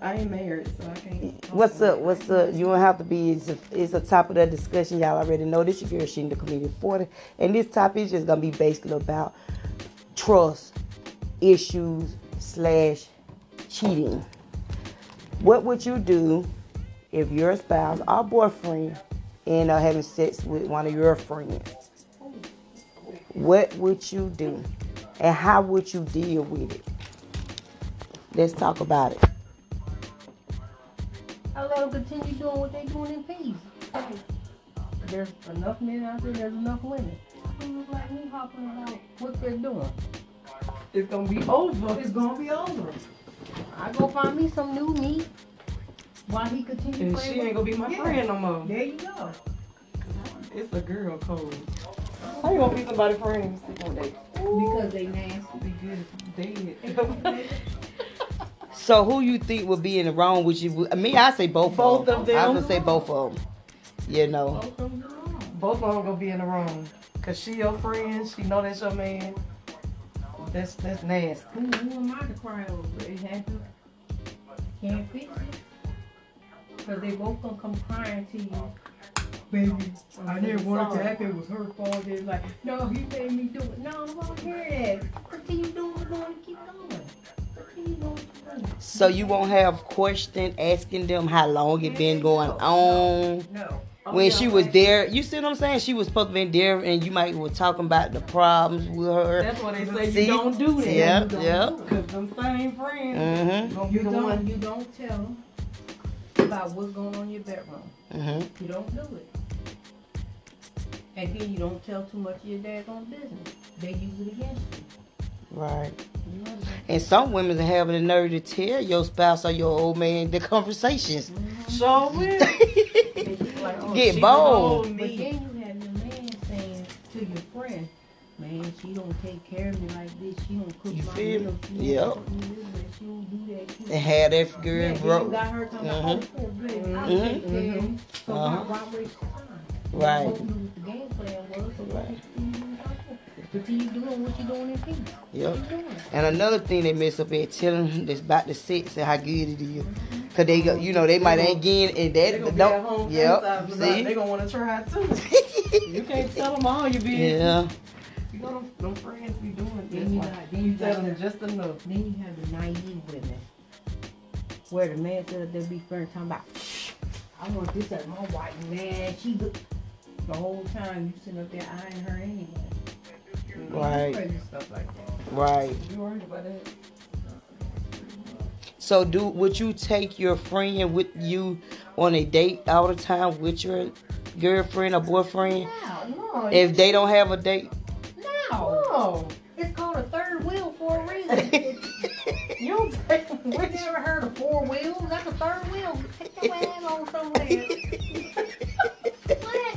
I ain't married, so I can't. What's up? What's up? You don't have to be. It's a, it's a topic of discussion. Y'all already know this. Your girl, she the comedian 40. And this topic is just going to be basically about trust issues slash cheating. What would you do if your spouse or boyfriend end up having sex with one of your friends? What would you do? And how would you deal with it? Let's talk about it. I let them continue doing what they doing in peace. Okay. There's enough men out there. There's enough women. Who look like me hopping about what they're doing. It's gonna be over. It's gonna be over. I go find me some new meat while he continues And she ain't gonna be my friend no more. There you go. It's a girl code. How you gonna be somebody's friend and sleep on dates? Because they nasty. Be good, dead. So who you think would be in the wrong with you? I mean, I say both. Both of of them. I them. was gonna say both of them. You know. Both of them wrong. Both of them gonna be in the wrong. Cause she your friend, she know that's your man. That's that's nasty. Who, who am I to cry over? It happens. Can't fix it. Because they both gonna come crying to you. Baby, I didn't want it to happen. It was her fault. It's like, no, he made me do it. No, I won't hear that. Continue doing what you're doing. Keep going. Continue doing what you're doing. So you won't have question asking them how long it been going on. No. When she was there, you see what I'm saying? She was supposed to be there, and you might were talking about the problems with her. That's why they say See? you don't do that. Yeah, You don't yeah. do it. Cause them same friends Mm-hmm. gonna be You the don't, one. you don't tell them about what's going on in your bedroom. Mm-hmm. You don't do it. And then you don't tell too much of your daggone business. They use it against you. Right. You understand? And some women have the nerve to tell your spouse or your old man the conversations. So will. Like, oh, Get She bold. told But me. then you have your man saying to your friend, man, she don't take care of me like this. She don't cook You my feel me? meals. She Yep. don't cook me this way. She don't do that. She And have that yeah, girl then you broke. got her talking about, Mhm. oh, baby, I'll Mhm. take care of you. So why- Uh-huh. why waste your time? You Right. both knew what the game plan was, so why Right. you even talk to her? Continue doing what you're doing in peace. Yep. Keep doing it. And another thing they mess up is telling them this about the sex and how good it is. Cause they go, you know, they might ain't getting and They gonna that be at home. don't. Yep. criticizing us. They See. gonna wanna try too. You can't tell them all you be. Yeah. You know them, them friends be doing this. Then you like, got- then you you tell got them just enough. Then you have the naive women, where the man said they be friends talking about, I want this at my wife, man. She look the whole time you sitting up there eyeing her anyway. Right. Crazy stuff like that. Right. You worried about that? So do would you take your friend with you on a date all the time with your girlfriend or boyfriend No, no, if they don't have a date? no. No, It's called a third wheel for a reason. you don't take them we with you. never heard of four wheels. That's a third wheel. Take your ass on somewhere. what?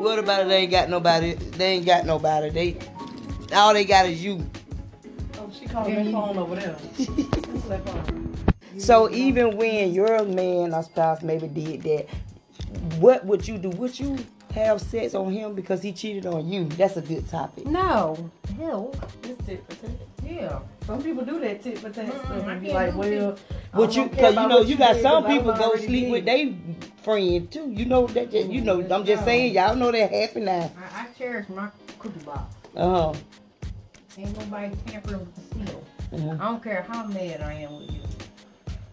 what about it? They ain't got nobody. They ain't got nobody. They all they got is you. Oh, she called me phone over there. It's like, oh, So even when your man or spouse maybe did that, what would you do? Would you have sex on him because he cheated on you? That's a good topic. No. Hell. It's tit for tat. Mm, Yeah. Some people do that tit for tat Mm-mm, stuff I and be can't like, do well, I Would don't you? care Because you about know what you got did, some 'cause I people was go already Mm, sleep with dead. they friend too. You know that. Just, you know. I'm just saying. Y'all know that happened now. I, I cherish my cookie box. Uh huh. Ain't nobody tampering with the seal. I don't care how mad I am with you.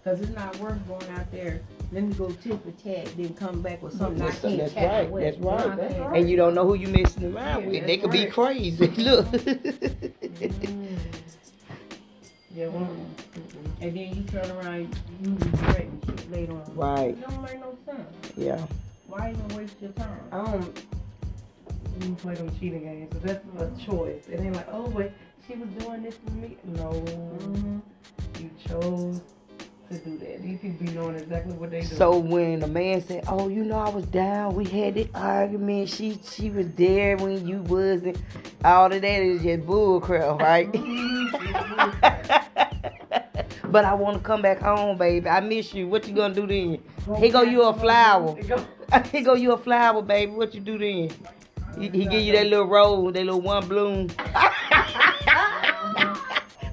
Cause it's not worth going out there. Let me go tit for tat, then come back with something That's- I can't that's tackle right, with. that's You know right, what I'm that's saying? right. And you don't know who you messing around Yeah, with. They that's could be right. Mm-hmm. crazy. Look. Yeah, well, And then you turn around, you regret and shit later on. right. It don't make no sense. Yeah. Why even waste your time? I don't even Mm, play them cheating games, but that's a choice. It ain't like, oh, but she was doing this with me. No, Mhm. you chose to do that. These people be knowing exactly what they do. So when a man said, "Oh, you know, I was down. We had this argument. She she was there when you wasn't." All of that is just bull crap, right? but I want to come back home, baby. I miss you. What you gonna do then? Here go you a flower. It go- Here go you a flower, baby. What you do then? He, he give you that little rose, that little one bloom.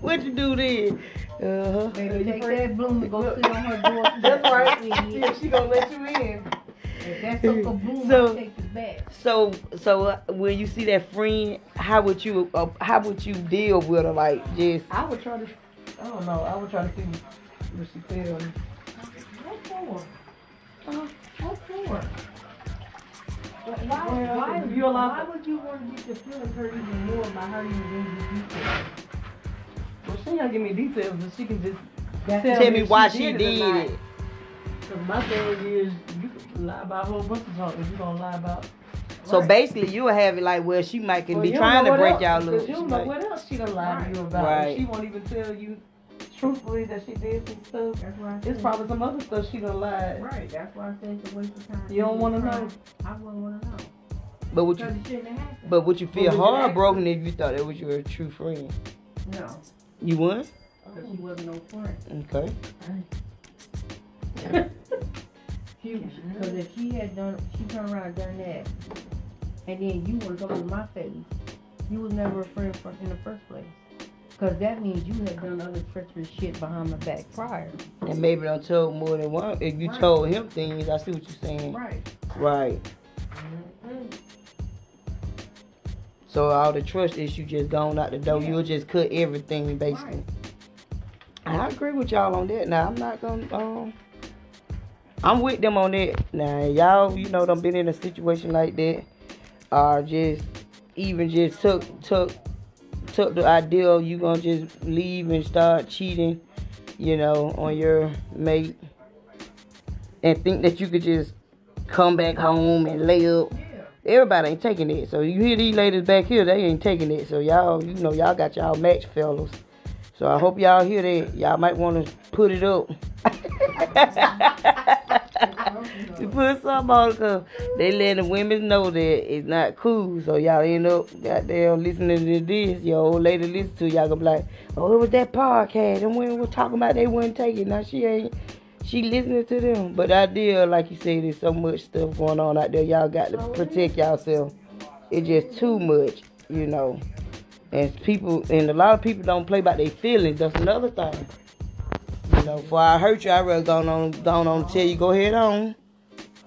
what you do then? Uh-huh. Baby, you take free? that bloom and go Look. sit on her doorstep. That's right. sweetie. Yeah, she gonna let you in. If that's a bloom, So- I'll take it back. So, so uh, when you see that friend, how would you, uh, how would you deal with her? Like, just I would try to. I don't know. I would try to see what she said on. What for? Uh, what for? Why, Well, why, you allow- why would you want to get the feeling hurt even more by her even being with you? Well, she ain't gonna give me details, but she can just That's Tell me tell me if why she she did it did or it. not. Cause my thing is, you can lie about a whole bunch of junk if you gonna lie about. So Right. basically, you will have it like, well, she might can Well, be you don't trying know to what break else- y'all because loose. You don't know what else she done lied to you about. Right. She won't even tell you truthfully that she did some stuff. That's why I It's said- probably some other stuff she done lied. Right, that's why I said it's a waste of time. You don't wanna Try. know. I wouldn't want to know. But would Because you, it shouldn't have happened. but would you would feel you heartbroken if you thought that was your true friend? No, You would? because she wasn't no friend. Okay. She, because if she had done, she turned around and done that, and then you would have come in my face, you was never a friend for, in the first place. Because that means you have done other treacherous shit behind my back prior. And maybe don't tell more than one. If you Right. told him things, I see what you're saying. Right. Right. So all the trust issue just gone out the door. Yeah. You'll just cut everything basically. I agree with y'all on that. Now I'm not gonna um I'm with them on that. Now y'all, you know, done been in a situation like that. Or just even just took took took the idea of you gonna just leave and start cheating, you know, on your mate and think that you could just come back home and lay up. Yeah. Everybody ain't taking it. So you hear these ladies back here, they ain't taking it. So y'all, you know, y'all got y'all match fellas. So I hope y'all hear that. Y'all might want to put it up. you put something on because they letting the women know that it's not cool. So y'all end up goddamn listening to this. Your old lady listen to y'all gonna be like, oh, it was that podcast. Them women were talking about they wouldn't take it. Now she ain't. She listening to them. But I did, like you said, there's so much stuff going on out there. Y'all got to protect yourself. It's just too much, you know. And people, and a lot of people don't play by their feelings. That's another thing. You know, before I hurt you, I rather go on, go on and tell you go head on.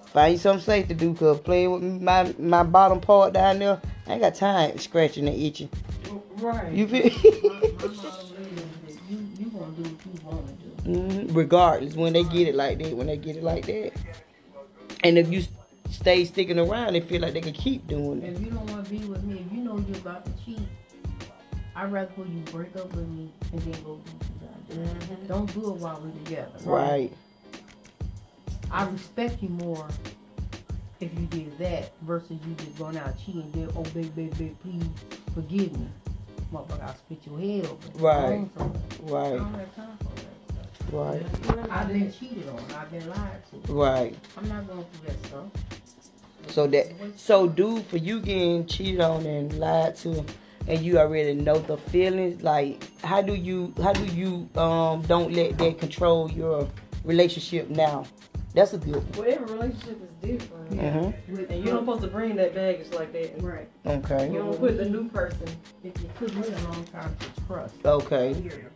Find you something safe to do, cause playing with my my bottom part down there, I ain't got time scratching and itching. Right. You feel? my, my motto is that you, you going to do what you want to do. Mhm, regardless when they get it like that when they get it like that and if you s- stay sticking around they feel like they can keep doing it If you don't want to be with me, if you know you're about to cheat, I'd rather you break up with me and then go do what you gotta do. Don't do it while we're together. right I respect you more if you did that versus you just going out cheating. Then, oh, baby, baby, baby, please forgive me. Motherfucker, I'll spit your head open. I Right. ain't from that. I right don't have time for that. right I've been cheated on. I've been lied to. right I'm not going through that stuff. so that so dude for you getting cheated on and lied to and you already know the feelings like how do you how do you um don't let that control your relationship now that's a good one Well, every relationship is different. Mhm. With- And you're not supposed to bring that baggage like that. You Right. okay don't put the new person. It, it took me a long time to trust. okay Period.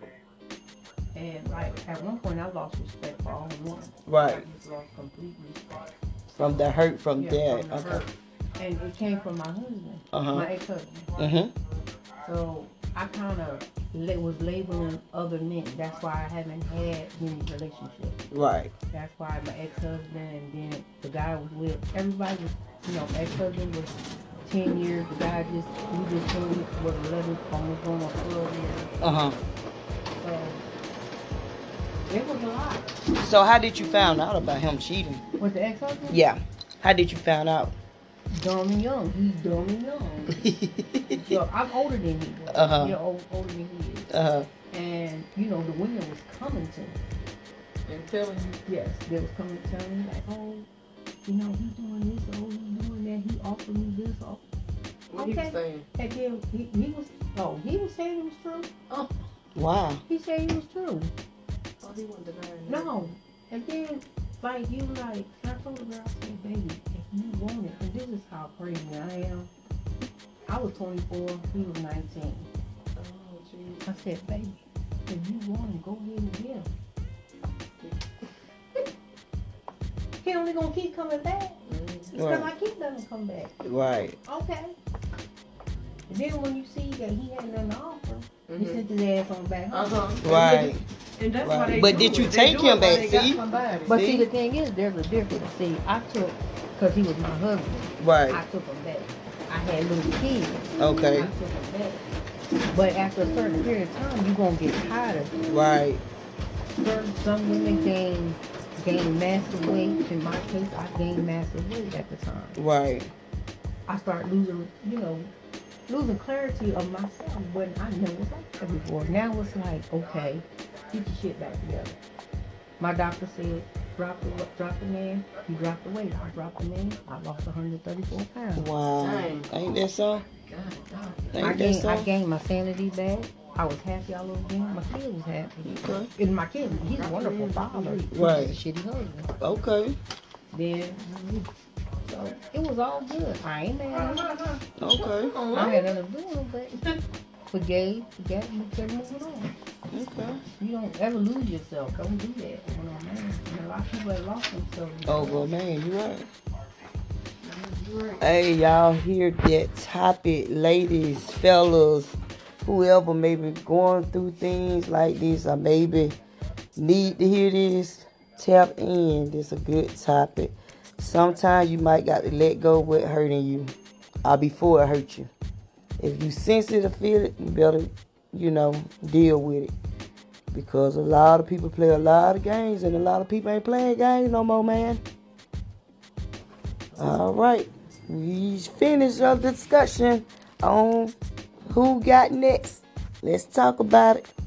And like at one point, I lost respect for all women. I right just lost complete respect. from the hurt from Yeah, that from the okay hurt. And it came from my husband, uh-huh my ex-husband. mm-hmm So I kind of la- was labeling other men. That's why I haven't had many relationships. Right. That's why my ex-husband and then the guy I was with, everybody was, you know, my ex-husband was 10 years. The guy just, we just came was 11, almost going on 12 years. Uh huh. So it was a lot. So how did you find out about him cheating? With the ex-husband? Yeah. How did you find out? Dumb and young. He's dumb and young. uh So I'm older than he was. Uh-huh. You know, old, older than he is. huh. And, you know, the women was coming to me. And telling you, Yes, they was coming to tell me like, oh, you know, he's doing this, oh, he's doing that, he offered me this, oh. what he was Okay. saying. And then he, he was, oh, he was saying it was true. Wow. He said it was true. Oh, he wasn't denying that. No. And then, like, he was like, I told the girl, I said, baby, if you want it, and this is how crazy I am. I was 24, he was 19. Oh, jeez. I said, baby, If you want him, go ahead and get him. he only gonna keep coming back Mm-hmm. until Right. my kid doesn't come back. Right. Okay. And then when you see that he had nothing to offer, Mm-hmm. you sent his ass on back home. Uh huh. Uh-huh. Right. And that's Right. why they But do did you it. They take do it him while back, they got see? somebody. But But see, see, the thing is, there's a difference. See, I took, because he was my husband, I Right. took him back. I had little kids. I Okay. took him back. But after a certain period of time, you going to get tired of it. Right. Certain- Some women gain, gain massive weight. In my case, I gained massive weight at the time. Right. I start losing, you know, losing clarity of myself when I know it's like that before. Now it's like, okay, get your shit back together. My doctor said, drop the drop the man. He dropped the weight. I dropped the man. I lost 134 pounds. Wow. Dang. Ain't that so? God, God. I Ain't that gained, I so? gained my sanity back. I was happy all over again. My kid was happy. Okay. And my kid, he's a wonderful father. He's just Right. a shitty husband. Okay. Then, so it was all good. I ain't mad at him. Okay. I had nothing to do with it, but forgave, forget, and kept moving on. Okay. You don't ever lose yourself. Don't do that. You know what I mean? And a lot of people have lost themselves. Oh well, man, you right. You right. Hey, y'all hear that topic, ladies, fellas, whoever may be going through things like this or maybe need to hear this, tap in. This a good topic. Sometimes you might got to let go what hurting you or before it hurt you. If you sensitive feel it, you better, you know, deal with it. Because a lot of people play a lot of games and a lot of people ain't playing games no more, man. All right, we finished our discussion on who got next. Let's talk about it.